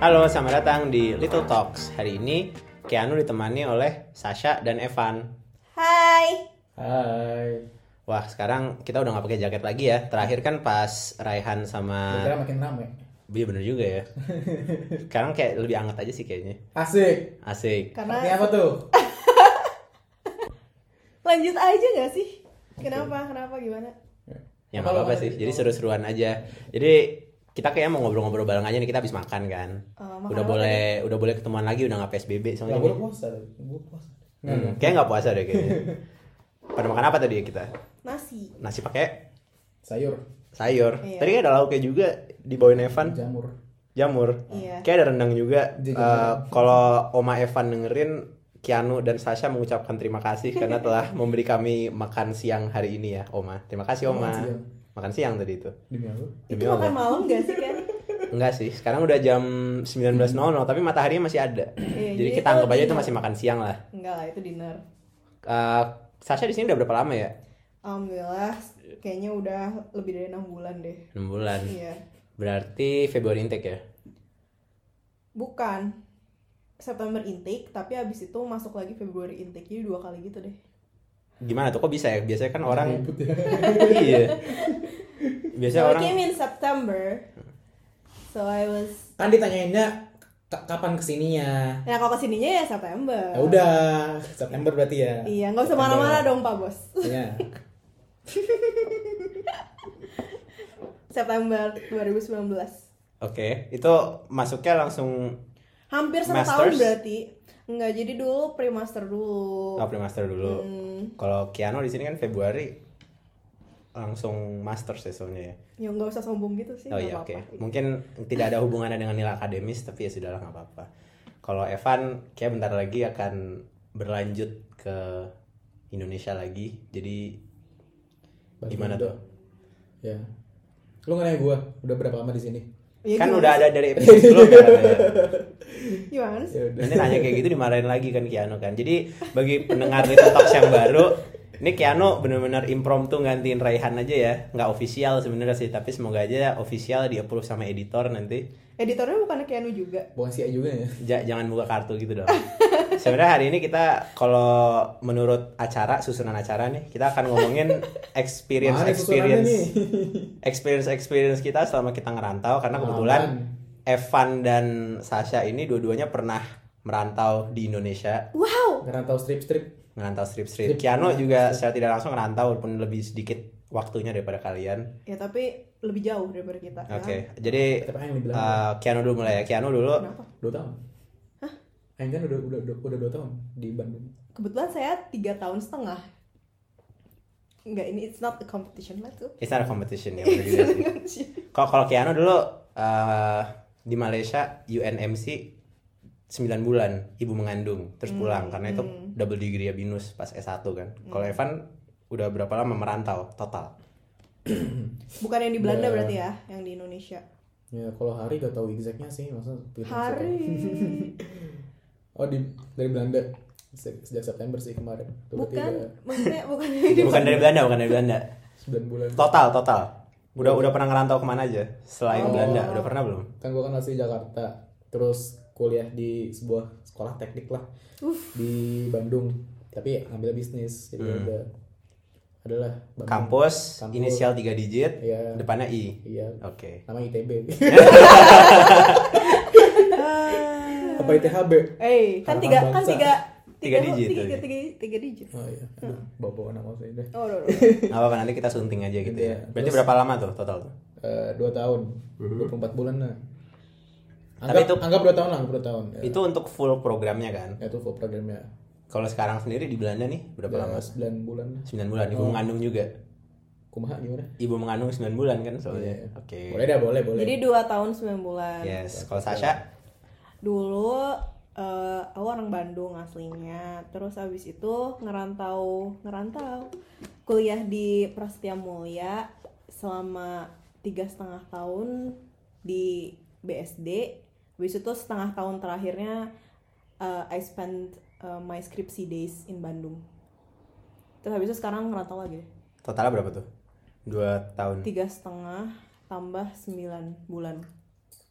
Halo, selamat datang di Little Talks. Hari ini Keanu ditemani oleh Sasha dan Evan. Hai. Hai. Wah, sekarang kita udah nggak pakai jaket lagi ya. Terakhir kan pas Raihan sama Kira makin rame. Iya bener juga ya. Sekarang kayak lebih anget aja sih kayaknya. Asik. Asik. Ini Karena apa tuh? lanjut aja nggak sih? Kenapa? Kenapa gimana? Ya nggak apa-apa sih. Jadi seru-seruan aja. Jadi kita kayak mau ngobrol-ngobrol bareng aja nih kita habis makan kan. Oh, makan udah apa boleh udah boleh ketemuan lagi udah nggak PSBB Gak soalnya. boleh ini. puasa. Gue puasa. Hmm, kayak nggak puasa deh kayaknya. Pada makan apa tadi kita? Nasi. Nasi pakai Sayur. sayur. Iya. Tadi kayak ada lauknya juga dibawain Evan. Jamur. jamur. Iya. Kayak ada rendang juga. Juga. Eh, Kalau Oma Evan dengerin, Kianu dan Sasha mengucapkan terima kasih karena telah memberi kami makan siang hari ini ya, Oma. Terima kasih Oma. Makan siang. Makan siang tadi itu. Demi apa? Itu Demi makan Allah. malam nggak sih kan? Enggak sih, sekarang udah jam 19.00 tapi mataharinya masih ada. Iya, jadi jadi kita itu anggap aja itu dinner. masih makan siang lah. Enggak lah, itu dinner. Eh, Sasha di sini udah berapa lama ya? Alhamdulillah, kayaknya udah lebih dari enam bulan deh. 6 bulan. Iya. Berarti Februari intake ya? Bukan September intake, tapi abis itu masuk lagi Februari intake, jadi dua kali gitu deh. Gimana tuh kok bisa ya? Biasanya kan orang Ribut ya. iya. Biasanya so I orang came in September, so I was. Kan ditanyainnya "Ka- kapan kesininya? Nah kalau kesininya ya September. Oh, Ya udah, September berarti ya. Iya, nggak usah mana-mana dong Pak Bos. Iya. September 2019. Oke, itu masuknya langsung Hampir satu tahun Masters? berarti. Enggak, jadi dulu pre-master dulu. oh, pre-master dulu. Hmm, Kalau Kiano di sini kan Februari langsung master sesonya ya. ya nggak usah sombong gitu sih. oh nggak iya oke. apa-apa. Mungkin tidak ada hubungannya dengan nilai akademis tapi ya sudahlah nggak apa-apa. Kalau Evan kayak bentar lagi akan berlanjut ke Indonesia lagi. Jadi gimana Bagi- tuh? Ya. Lu nggak nanya gue, udah berapa lama di sini? Iya, kan gimana udah sih? ada dari episode sebelumnya. katanya. Gimana sih? Ya udah. Nanti nanya kayak gitu dimarahin lagi kan Kiano kan. Jadi bagi pendengar Little Talks yang baru, ini Kiano benar-benar impromptu ngantiin Raihan aja ya. Nggak official sebenarnya sih, tapi semoga aja official di approve sama editor nanti. Editornya bukan Keanu juga. Bukan si A juga ya. Ja- jangan buka kartu gitu dong. sebenarnya hari ini kita kalau menurut acara susunan acara nih, kita akan ngomongin experience Mana susunannya experience nih? experience experience kita selama kita ngerantau karena kebetulan Evan dan Sasha ini dua-duanya pernah merantau di Indonesia Wow, Ngerantau strip-strip. ngerantau strip-strip. Strip. Kiano juga secara tidak langsung ngerantau walaupun lebih sedikit waktunya daripada kalian. ya tapi lebih jauh daripada kita. ya. Oke, jadi Tapi yang dibilang eh, Kiano dulu mulai ya. Kiano dulu. Kenapa? dua tahun. Hah? Aing kan udah udah udah, udah dua tahun di Bandung. Kebetulan saya tiga tahun setengah. Enggak, ini it's not a competition lah tuh. It's not a competition ya. bener juga sih. Kalau kalau Kiano dulu eh, di Malaysia UNMC 9 bulan ibu mengandung terus pulang karena itu double degree binus pas S1 kan. Kalau Evan udah berapa lama merantau total? Bukan yang di Belanda Iya. Udah. berarti ya, yang di Indonesia. Ya kalau hari gak tahu exactnya sih maksudnya pilihan siapa. Hari. Oh di dari Belanda Se- sejak September sih kemarin. Tuh berarti Bukan, udah maksudnya bukan yang di Bukan dari Belanda, bukan dari Belanda. 9 bulan. Total, total. Udah udah pernah ngerantau kemana aja selain Oh. Belanda? Udah pernah belum? Kan gua kan masih di Jakarta. Terus kuliah di sebuah sekolah teknik lah Uff. di Bandung. Tapi ambil bisnis jadi Hmm. ada adalah Bandung. Kampus, Kampus. inisial 3 digit, Iya. depannya I. Iya. Oke. Nama ITB. Apa ITHB? Eh, kan Harapan tiga kan bangsa. tiga Tiga digit, tiga, tiga tiga, tiga, tiga digit. Oh iya. Aduh, bawa-bawa nama saya deh. Oh, no, no. Nggak apa-apa nanti kita sunting aja gitu ya. Iya. Berarti Terus- berapa lama tuh total tuh? Eh, dua tahun, 24 bulan lah. Hmm. Tapi Anggap, itu- anggap dua tahun lah, anggap dua tahun. Ya, Itu untuk full programnya kan. ya, itu full programnya. Kalau sekarang sendiri di Belanda nih berapa Udah lama? 9 bulan lah. 9 bulan. Oh. Ibu mengandung juga. Kumaha gimana? Ibu mengandung 9 bulan kan Iya. soalnya. Oke. Boleh dah, boleh, boleh. Jadi dua tahun sembilan bulan. Ya. Yes, kalau Sasha Dulu eh, aku orang Bandung aslinya, terus abis itu ngerantau ngerantau kuliah di Prasetya Mulia selama tiga setengah tahun di BSD. Habis itu setengah tahun terakhirnya uh, I spend uh, my skripsi days in Bandung. Terus habis itu sekarang ngerantau lagi. Totalnya berapa tuh? Dua tahun. Tiga setengah tambah sembilan bulan.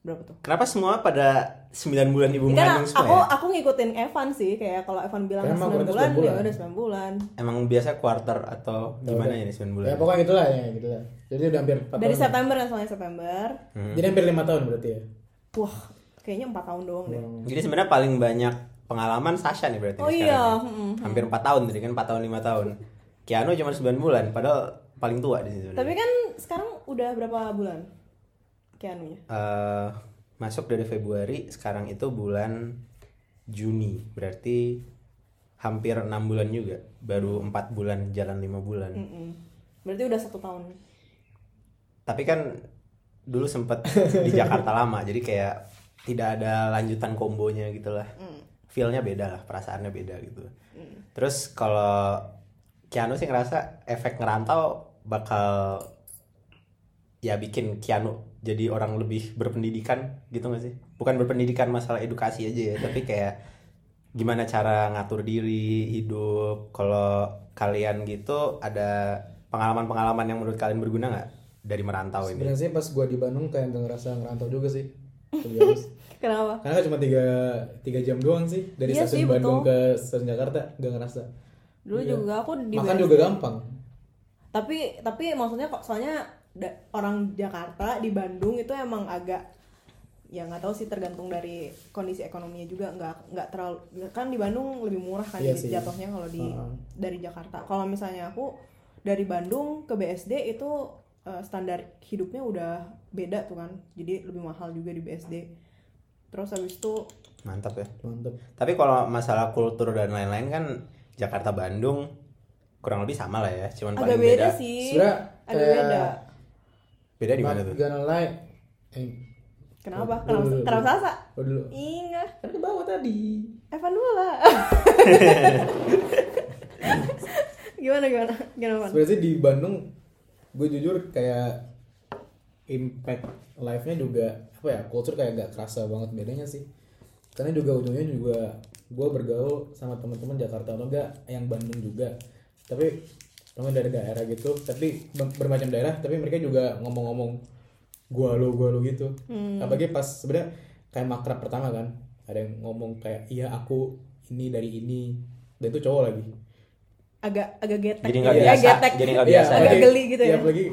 Berapa tuh? Kenapa semua pada 9 bulan ibu Ya, kan mengandung semua aku ya? aku ngikutin Evan sih kayak kalau Evan bilang Emang 9 berarti bulan, 9 bulan. ya udah 9 bulan. Emang biasa quarter atau gimana ya 9 bulan? Ya pokoknya gitulah ya gitulah. Jadi udah hampir 4 Dari tahun. September ya soalnya September. Hmm. Jadi hampir 5 tahun berarti ya. Wah, kayaknya 4 tahun doang Hmm. deh. Jadi sebenarnya paling banyak pengalaman Sasha nih berarti Oh nih iya, ya? sekarang. ya? mm-mm. Hampir 4 tahun tadi kan 4 tahun 5 tahun. Keanu cuma 9 bulan padahal paling tua di situ. Tapi kan sekarang udah berapa bulan? Keanunya. Eh, masuk dari Februari sekarang itu bulan Juni berarti hampir enam bulan juga baru empat bulan jalan lima bulan Mm-mm. Berarti udah satu tahun. tapi kan dulu sempet di Jakarta lama jadi kayak tidak ada lanjutan kombonya gitu lah feelnya beda lah perasaannya beda gitu terus kalau Keanu sih ngerasa efek ngerantau bakal ya bikin Keanu jadi orang lebih berpendidikan gitu gak sih bukan berpendidikan masalah edukasi aja ya tapi kayak gimana cara ngatur diri hidup kalau kalian gitu ada pengalaman-pengalaman yang menurut kalian berguna nggak dari merantau ini Sebenarnya sih pas gua di Bandung kayak nggak ngerasa ngerantau juga sih. To be honest. Kenapa? Karena cuma tiga tiga jam doang sih dari Iya sih, stasiun Bandung betul. ke stasiun Jakarta nggak ngerasa. Dulu Iya. juga aku di Makan BSD. juga gampang. Tapi tapi maksudnya kok soalnya da- orang Jakarta di Bandung itu emang agak ya nggak tahu sih tergantung dari kondisi ekonominya juga nggak nggak terlalu kan di Bandung lebih murah kan Iya jadi sih. jatuhnya kalau di Heeh. dari Jakarta kalau misalnya aku dari Bandung ke BSD itu eh, standar hidupnya udah beda tuh kan jadi lebih mahal juga di BSD terus habis itu mantap ya Mantep. Tapi kalau masalah kultur dan lain-lain kan Jakarta Bandung kurang lebih sama lah ya, cuman agak paling beda, beda. sih Sebenarnya agak kayak- beda Beda di mana Not tuh? Gonna lie. Eh, kenapa Dulu, kenapa dulu, dulu. kenapa sasa oh dulu. Iya. ingat Kan ke bawah tadi. Evan dulu lah gimana gimana gimana Van? Sebenarnya sih di Bandung gue jujur kayak impact life-nya juga apa ya culture kayak gak kerasa banget bedanya sih karena juga ujungnya juga gue bergaul sama teman-teman Jakarta atau enggak yang Bandung juga tapi teman dari daerah gitu tapi ber- bermacam daerah tapi mereka juga ngomong-ngomong gua lo gua lo gitu apalagi pas sebenarnya kayak makrab pertama kan ada yang ngomong kayak iya aku ini dari ini dan itu cowok lagi agak agak getek Jadi nggak Ya, biasa, getek. jadi nggak Iya, biasa. Agak apalagi- geli gitu iya, ya. apalagi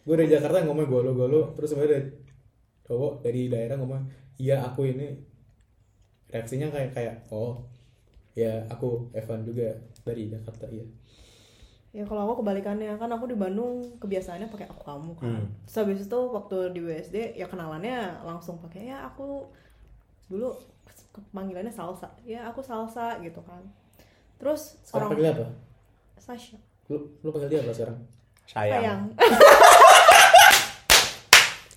gue dari Jakarta ngomong gue lo gue lo terus sebenarnya dari cowok dari daerah ngomong iya aku ini reaksinya kayak kayak oh ya aku Evan juga dari Jakarta iya Ya kalau aku kebalikannya kan aku di Bandung kebiasaannya pakai aku kamu kan. Hmm. Terus habis itu waktu di BSD ya kenalannya langsung pakai ya aku dulu panggilannya salsa. Ya aku salsa gitu kan. Terus orang sekarang panggil apa Sasha lu lu panggil dia apa sekarang Sayang. sayang.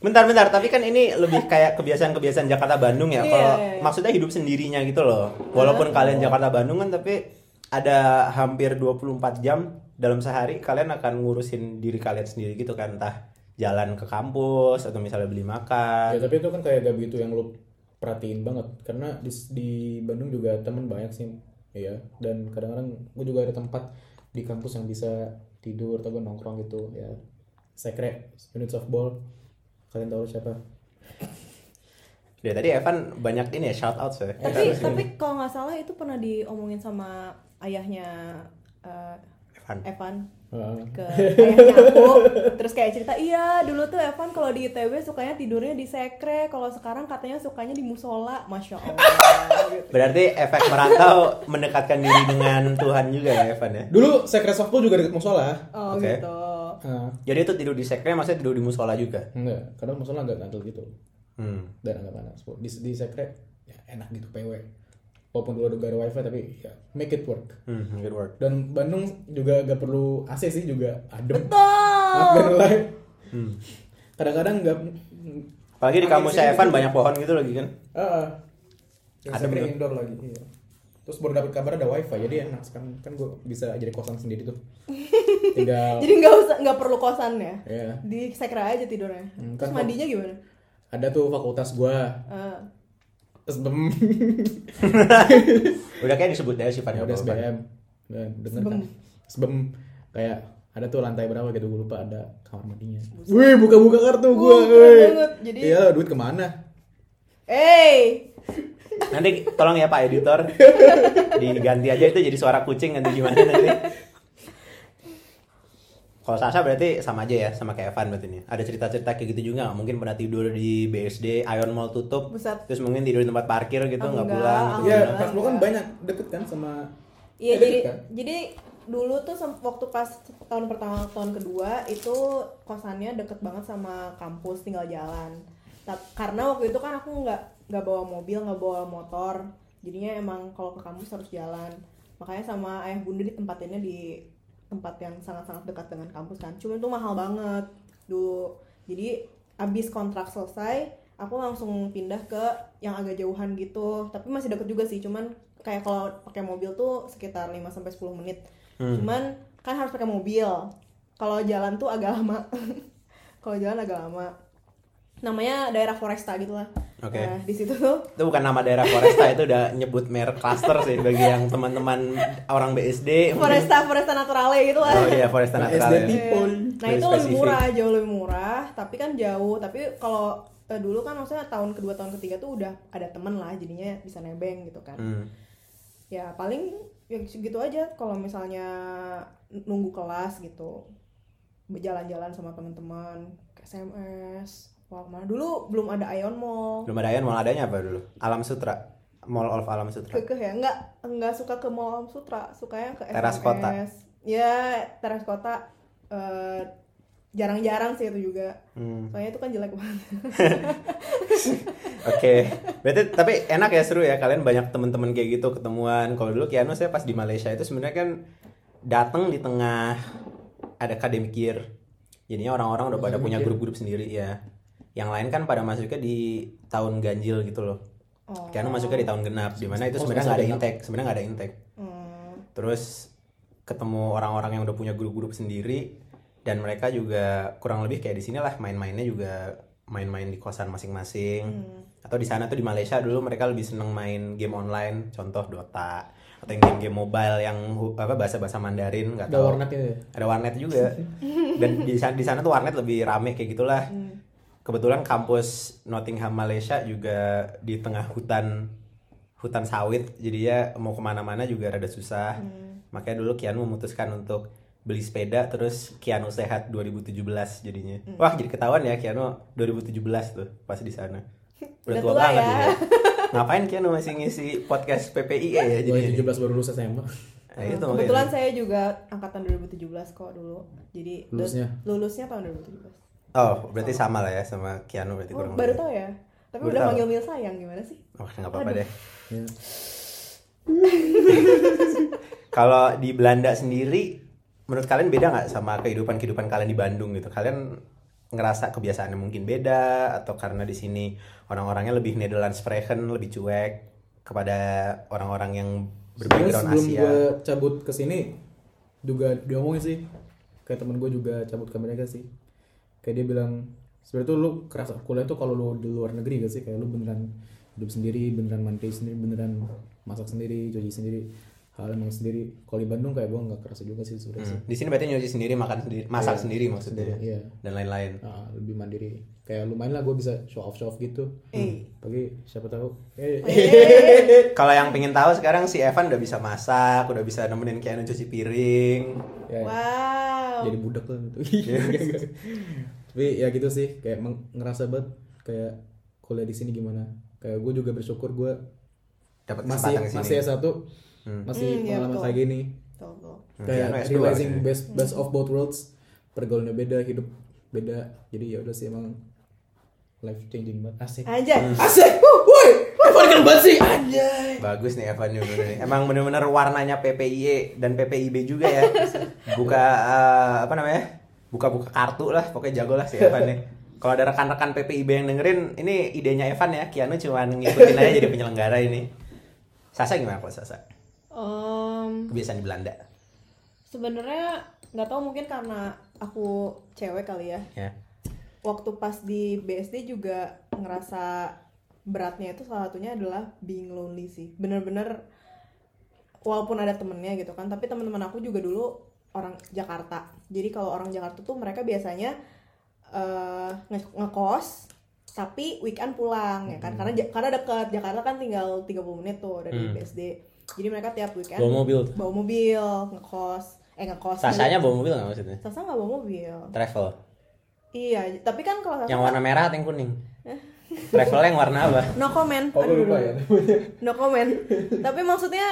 Bentar bentar, tapi kan ini lebih kayak kebiasaan-kebiasaan Jakarta Bandung ya. Iya, Kalau iya, Ah. iya. maksudnya hidup sendirinya gitu loh. Walaupun kalian Jakarta Bandung kan tapi ada hampir 24 jam dalam sehari kalian akan ngurusin diri kalian sendiri gitu kan entah jalan ke kampus atau misalnya beli ya Iya. makan. tapi itu kan kayak gak begitu yang lu perhatiin banget karena di, di Bandung juga temen banyak sih iya dan kadang-kadang gue juga ada tempat di kampus yang bisa tidur atau gue nongkrong gitu ya sekre minutes of ball kalian tahu siapa Dari tadi Evan banyak ini ya shout out ya. tapi tapi kalau nggak salah itu pernah diomongin sama ayahnya eh, Evan. Evan Heeh. ke ayahnya aku terus kayak cerita iya dulu tuh Evan kalau di ITB sukanya tidurnya di sekre kalau sekarang katanya sukanya di musola masya allah gitu. Berarti efek merantau mendekatkan diri dengan Tuhan juga ya Evan ya. dulu sekre softball juga deket musola oh Oke. gitu Heeh. Jadi itu tidur di sekre maksudnya tidur di musola juga. enggak kadang musola agak gantel gitu Hmm. dan agak panas di, di sekre ya enak gitu PW walaupun dulu ada gak ada wifi tapi ya make it work Hmm, good work. dan Bandung juga gak perlu AC sih juga adem betul Not gonna lie. Hmm. Kadang-kadang nggak. Apalagi di kampus saya Evan banyak pohon gitu lagi kan. Heeh. Adem Ada tuh. indoor lagi. Iya. Terus baru dapat kabar ada wifi jadi enak sekarang kan gue bisa jadi kosan sendiri tuh. tinggal Jadi nggak usah nggak perlu kosan ya. ya Di sekra aja tidurnya. Hmm, Terus kan mandinya gimana? ada tuh fakultas gua Eh, SBM Udah kayak disebut dari sifat ya udah SBM Nah, denger kan SBM kayak ada tuh lantai berapa gitu gue lupa ada kamar mandinya wih buka-buka kartu keren gua wih. banget. Jadi- iya duit kemana hey, Nanti tolong ya Pak editor diganti aja itu jadi suara kucing nanti gimana nanti. Kalau Sasha berarti sama aja ya sama kayak Evan berarti nih. Ada cerita-cerita kayak gitu juga nggak? mungkin pernah tidur di BSD Ion Mall tutup Buset. Oh, terus mungkin tidur di tempat parkir gitu nggak Enggak, pulang gitu. enggak. gimana? Iya, pas lu kan banyak deket kan sama Iya eh, deket jadi kan? jadi dulu tuh sem- waktu pas tahun pertama tahun kedua itu kosannya deket banget sama kampus tinggal jalan. Ta- karena waktu itu kan aku nggak nggak bawa mobil nggak bawa motor jadinya emang kalau ke kampus harus jalan makanya sama ayah bunda ditempatinnya di tempat yang sangat-sangat dekat dengan kampus kan cuma itu mahal banget dulu jadi abis kontrak selesai aku langsung pindah ke yang agak jauhan gitu tapi masih deket juga sih cuman kayak kalau pakai mobil tuh sekitar 5 sampai 10 menit Hmm. cuman kan harus pakai mobil kalau jalan tuh agak lama kalau jalan agak lama namanya daerah foresta gitu lah Oke. Nah, di situ tuh Itu bukan nama daerah Foresta itu udah nyebut merek cluster sih bagi yang teman-teman orang BSD. mungkin. foresta foresta naturale gitu lah Oh iya Foresta Natural. BSD. ya. People. Nah Lebih itu lebih spesifik. murah, jauh lebih murah, tapi kan jauh. Tapi kalau eh, dulu kan maksudnya tahun kedua, tahun ketiga tuh udah ada temen lah, jadinya bisa nebeng gitu kan. Hmm. Ya paling ya gitu aja kalau misalnya nunggu kelas gitu, berjalan-jalan sama teman-teman, ke SMS, wah kemana. Dulu belum ada Ion Mall, Belum ada Ion Mall adanya apa dulu? Alam Sutra. Mall of Alam Sutra. kekeh ya nggak nggak suka ke Mall Sutra, sukanya ke Teras SMS. kota. Ya teras kota. eh, jarang-jarang sih itu juga Hmm. soalnya itu kan jelek banget Oke, berarti tapi enak ya seru ya kalian banyak teman-teman kayak gitu ketemuan. Kalau dulu Kiano saya pas di Malaysia itu sebenarnya kan datang di tengah ada academic year. Jadinya orang-orang udah pada punya grup-grup sendiri ya. Yang lain kan pada masuknya di tahun ganjil gitu loh. Oh. Kiano masuknya di tahun genap, di mana itu Oh, sebenarnya nggak semester ada genap. intake, sebenarnya nggak ada intake. Hmm. Terus ketemu orang-orang yang udah punya grup-grup sendiri dan mereka juga kurang lebih kayak di sinilah main-mainnya juga main-main di kosan masing-masing hmm, atau di sana tuh di Malaysia dulu mereka lebih seneng main game online contoh Dota atau yang game-game mobile yang hu- apa bahasa-bahasa Mandarin nggak ada tahu warnetnya ya ada warnet juga dan di sana di sana tuh warnet lebih rame kayak gitulah hmm, kebetulan kampus Nottingham Malaysia juga di tengah hutan hutan sawit jadi ya mau kemana-mana juga rada susah hmm. makanya dulu Kian memutuskan untuk beli sepeda terus Kiano sehat 2017 jadinya Hmm. wah jadi ketahuan ya Kiano 2017 tuh pas di sana udah Udah tua tua banget ya. ya. ngapain Kiano masih ngisi podcast PPI ya gue jadi 17 baru lulus nah, itu SMA makanya. Hmm, Kebetulan saya juga angkatan 2017 kok dulu. Jadi du- Lulusnya? lulusnya tahun 2017. Oh, berarti sama lah ya sama Kiano berarti Oh, kurang lebih. baru tau ya. Tapi Baru udah tahu. manggil-manggil sayang gimana sih? Oh, nggak apa-apa deh. Iya. Ya. Kalau di Belanda sendiri, menurut kalian beda nggak sama kehidupan kehidupan kalian di Bandung gitu? Kalian ngerasa kebiasaannya mungkin beda atau karena di sini orang-orangnya lebih Nederlands spreken, lebih cuek kepada orang-orang yang Sebenarnya berbackground sebelum Asia? gue cabut ke sini juga diomongin sih kayak temen gue juga cabut ke Amerika sih kayak dia bilang sebenarnya tuh lu kerasa kuliah tuh kalau lu di luar negeri gak sih kayak lu beneran hidup sendiri beneran mandi sendiri beneran masak sendiri cuci sendiri hal emang sendiri kalau di Bandung kayak gue nggak kerasa juga sih sebenarnya sih Hmm. ya? Di sini berarti nyuci sendiri, makan sendiri, masak sendiri maksudnya Iya. dan lain-lain. Ah, lebih mandiri kayak lumayan lah gue bisa show off show off gitu Hmm. Eh. pagi siapa tahu eh Kalau yang pengen tahu sekarang si Evan udah bisa masak, udah bisa nemenin Kiano cuci piring. ya, Wow. Iya, jadi budak lah gitu. Tapi ya gitu sih, kayak meng- ngerasa banget kayak kuliah di sini gimana. Kayak gue juga bersyukur gue Dapat masih kesempatan ke sini. masih S1, Hmm. Hmm, masih iya, pengalaman betul. Hmm. kayak gini. Tuh, tuh. Hmm, Kayak Kiano S2 realizing harusnya. best best of both worlds. Pergaulannya beda, hidup beda. Jadi ya udah sih emang life changing banget. Asik. Anjay. Hmm. Asik. Wuh, Woi, woi, keren banget sih. Anjay. Bagus nih Evan nih, bener nih. Emang bener-bener warnanya PPIE E dan PPIB juga ya. Buka eh, apa namanya? Buka-buka kartu lah, pokoknya jago lah si Evan nih. Kalau ada rekan-rekan PPIB yang dengerin, ini idenya Evan ya. Kiano cuma ngikutin aja jadi penyelenggara ini. Sasa gimana kalau Sasa? Em, Kebiasaan di Belanda. sebenarnya nggak tahu mungkin karena aku cewek kali ya ya waktu pas di BSD juga ngerasa beratnya itu salah satunya adalah being lonely sih bener-bener walaupun ada temennya gitu kan tapi teman-teman aku juga dulu orang Jakarta jadi kalau orang Jakarta tuh mereka biasanya eh, nge- ngekos tapi weekend pulang ya kan karena Ja- karena dekat Jakarta kan tinggal 30 menit tuh dari Hmm. BSD jadi mereka tiap weekend bawa mobil tuh. bawa mobil ngekos eh ngekos Sasanya bawa mobil nggak maksudnya Sasa nggak bawa mobil travel iya tapi kan kalau Sasa yang warna merah atau yang kuning travelnya yang warna apa no comment Oh, gue Aduh, lupa aduh, ya. aduh. no comment tapi maksudnya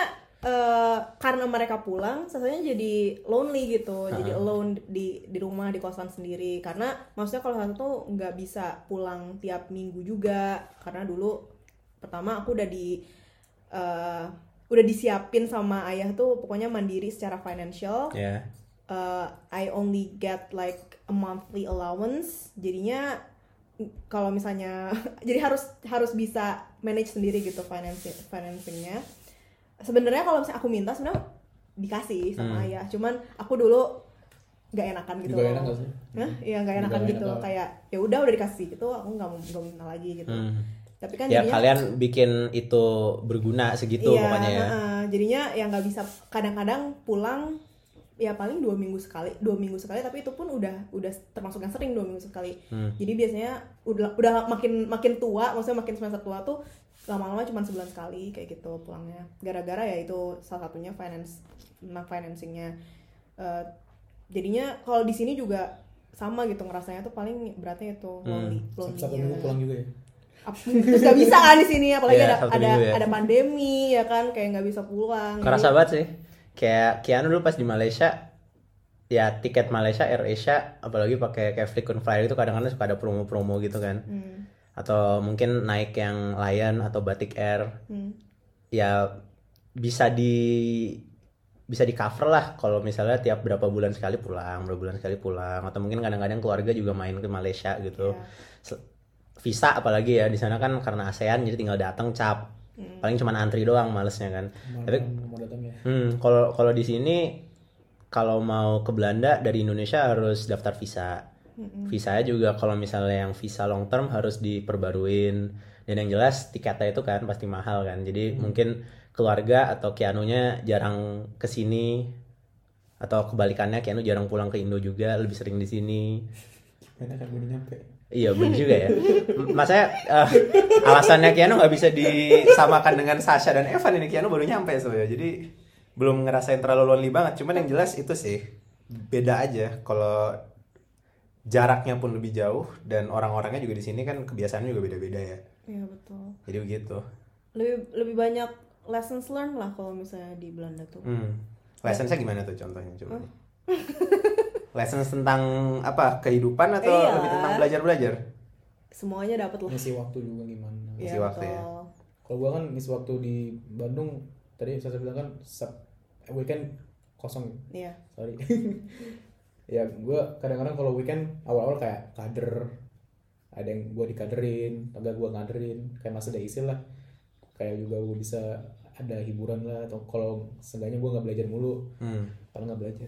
eh, karena mereka pulang sasanya jadi lonely gitu jadi alone di di rumah di kosan sendiri karena maksudnya kalau Sasa tuh nggak bisa pulang tiap minggu juga karena dulu pertama aku udah di eh, udah disiapin sama ayah tuh pokoknya mandiri secara financial ya uh, I only get like a monthly allowance jadinya kalau misalnya jadi harus harus bisa manage sendiri gitu financing financingnya sebenarnya kalau misalnya aku minta sebenarnya dikasih sama Hmm. ayah cuman aku dulu nggak enakan gitu Juga enak gak sih? Hah? Iya nggak Nggak enakan enak gitu banget. kayak ya udah udah dikasih gitu aku nggak mau nggak minta lagi gitu Hmm. tapi kan ya jadinya kalian bikin itu berguna segitu iya, pokoknya ya heeh. jadinya yang nggak bisa kadang-kadang pulang ya paling dua minggu sekali dua minggu sekali tapi itu pun udah udah termasuk yang sering dua minggu sekali Hmm. jadi biasanya udah udah makin makin tua maksudnya makin semester tua tuh lama-lama cuma sebulan sekali kayak gitu pulangnya gara-gara ya itu salah satunya finance nah financingnya Eh, jadinya kalau di sini juga sama gitu ngerasanya tuh paling beratnya itu Hmm. lonely Satu satu lonely-nya. minggu pulang juga ya. Ap- terus gak bisa kan di sini apalagi Iya, ada Sabtu ada, Minggu ya. ada pandemi ya kan kayak nggak bisa pulang kerasa Jadi- banget sih kayak Kianu dulu pas di Malaysia ya tiket Malaysia AirAsia apalagi pakai kayak Flickr Flyer itu kadang-kadang suka ada promo-promo gitu kan Hmm, atau mungkin naik yang Lion atau Batik Air hmm. ya bisa di bisa di cover lah kalau misalnya tiap berapa bulan sekali pulang berapa bulan sekali pulang atau mungkin kadang-kadang keluarga juga main ke Malaysia gitu Iya. Se- visa apalagi ya di sana kan karena ASEAN jadi tinggal datang cap Iya. paling cuman antri doang malesnya kan tapi Mau mau datang ya. Hmm, kalau kalau di sini kalau mau ke Belanda dari Indonesia harus daftar visa. Hmm, Visanya juga kalau misalnya yang visa long term harus diperbaruin. Dan yang jelas tiketnya itu kan pasti mahal kan. Jadi mungkin keluarga atau Kianunya jarang ke sini atau kebalikannya Kianu jarang pulang ke Indo juga, lebih sering di sini. Enak kan gue nyampe. Iya bener juga ya. M- Maksudnya eh, alasannya Keanu nggak bisa disamakan dengan Sasha dan Evan ini Keanu baru nyampe soalnya. Jadi belum ngerasain terlalu lonely banget. Cuman yang jelas itu sih beda aja kalau jaraknya pun lebih jauh dan orang-orangnya juga di sini kan kebiasaannya juga beda-beda ya. Iya, betul Jadi begitu. lebih lebih banyak lessons learned lah kalau misalnya di Belanda tuh Hmm. Lessonsnya gimana tuh contohnya coba? nih. Lessons tentang apa kehidupan atau Iya. lebih tentang belajar-belajar? semuanya dapat lah Iya, Ngisi waktu juga gimana. Ngisi waktu ya. betul. Kalau gua kan ngisi waktu di Bandung tadi saya bilang kan Sab- weekend kosong iya sorry ya gua kadang-kadang kalau weekend awal-awal kayak kader ada yang gua dikaderin agak gua ngaderin kayak masih ada isi lah kayak juga gua bisa ada hiburan lah atau kalau seenggaknya gua nggak belajar mulu Hmm. kalau nggak belajar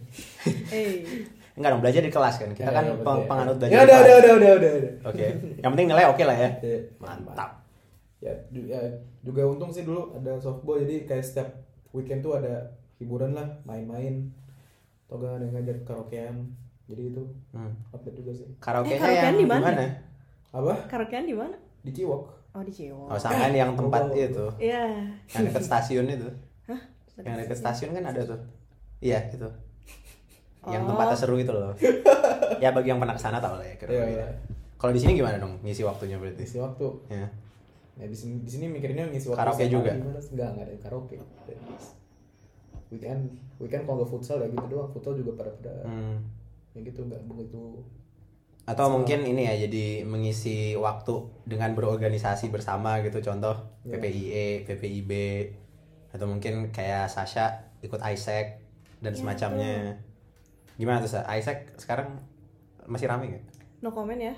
eh Enggak dong, belajar di kelas kan. Kita Ya, kan ya, peng- betul. penganut belajar. ya di udah kelas. udah udah udah udah udah. Oke. Yang penting nilai oke lah ya. Ya, Mantap. ya, du- ya, juga untung sih dulu ada softball jadi kayak setiap weekend tuh ada hiburan lah main-main atau nggak ada yang ngajak karaokean jadi itu Hmm. update juga sih Karaoke Eh, karaokean yang di mana? gimana? apa karaokean di mana di Ciwok oh di Cewok Oh, sama kan yang tempat Oh. itu. iya Yang dekat stasiun itu. hah Yang dekat stasiun kan ada tuh. Iya, itu. Yang Oh. tempatnya seru gitu loh. ya bagi yang pernah kesana tau lah ya kira-kira. Iya, iya. Kalau di sini gimana dong ngisi waktunya berarti? ngisi waktu Ya. ya di sini di sini mikirnya ngisi waktu Karaoke sama juga? gimana sih? nggak nggak ada yang karaoke weekend weekend kalau nggak futsal ya gitu doang futsal juga pada pada Hmm. ya gitu nggak begitu Atau mungkin ini ya jadi mengisi waktu dengan berorganisasi bersama gitu contoh Iya. PPIE, PPIB atau mungkin kayak Sasha ikut Isaac dan Iya, semacamnya. Gimana tuh Sa? Isaac sekarang masih rame gak? no comment ya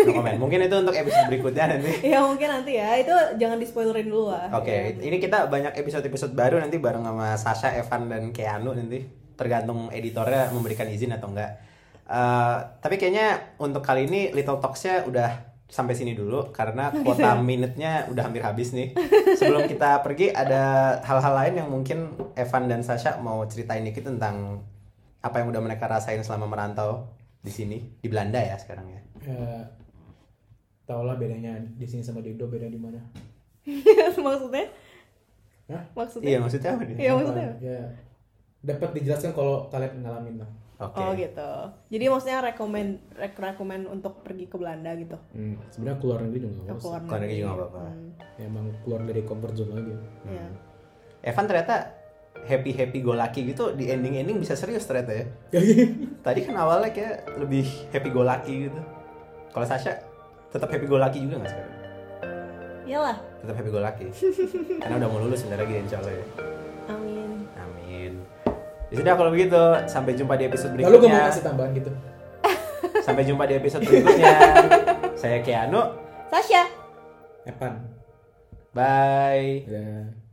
No comment. mungkin itu untuk episode berikutnya nanti. Iya mungkin nanti ya itu jangan di spoilerin dulu lah Iya. Oke, ini kita banyak episode-episode baru nanti bareng sama Sasha, Evan dan Keanu nanti. tergantung editornya memberikan izin atau enggak. Eh, tapi kayaknya untuk kali ini Little Talks-nya udah sampai sini dulu karena kuota minutnya udah hampir habis nih. Sebelum kita pergi ada hal-hal lain yang mungkin Evan dan Sasha mau ceritain dikit tentang apa yang udah mereka rasain selama merantau di sini di Belanda ya sekarang ya. Eh, tau lah bedanya di sini sama di Indo beda di mana maksudnya Hah? maksudnya Iya maksudnya apa nih? Iya, maksudnya apa? ya dapat dijelaskan kalau kalian ngalamin lah Oke. oh gitu jadi maksudnya rekomend rek rekomend untuk pergi ke Belanda gitu hmm. sebenarnya keluar negeri juga ke nggak usah luar Keluar negeri Oh, juga nggak apa-apa. Hmm, emang keluar dari comfort zone lagi iya. Hmm. Evan ternyata happy happy go lucky gitu di ending ending bisa serius ternyata ya. Tadi kan awalnya kayak lebih happy go lucky gitu. Kalau Sasha tetap happy go lucky juga nggak sekarang? iyalah Tetap happy go lucky. Karena udah mau lulus sebentar lagi insya Allah ya. amin Amin. Ya sudah kalau begitu sampai jumpa di episode lalu gue mau berikutnya. kasih tambahan gitu Sampai jumpa di episode berikutnya. Saya Keanu. Sasha Evan Bye. ya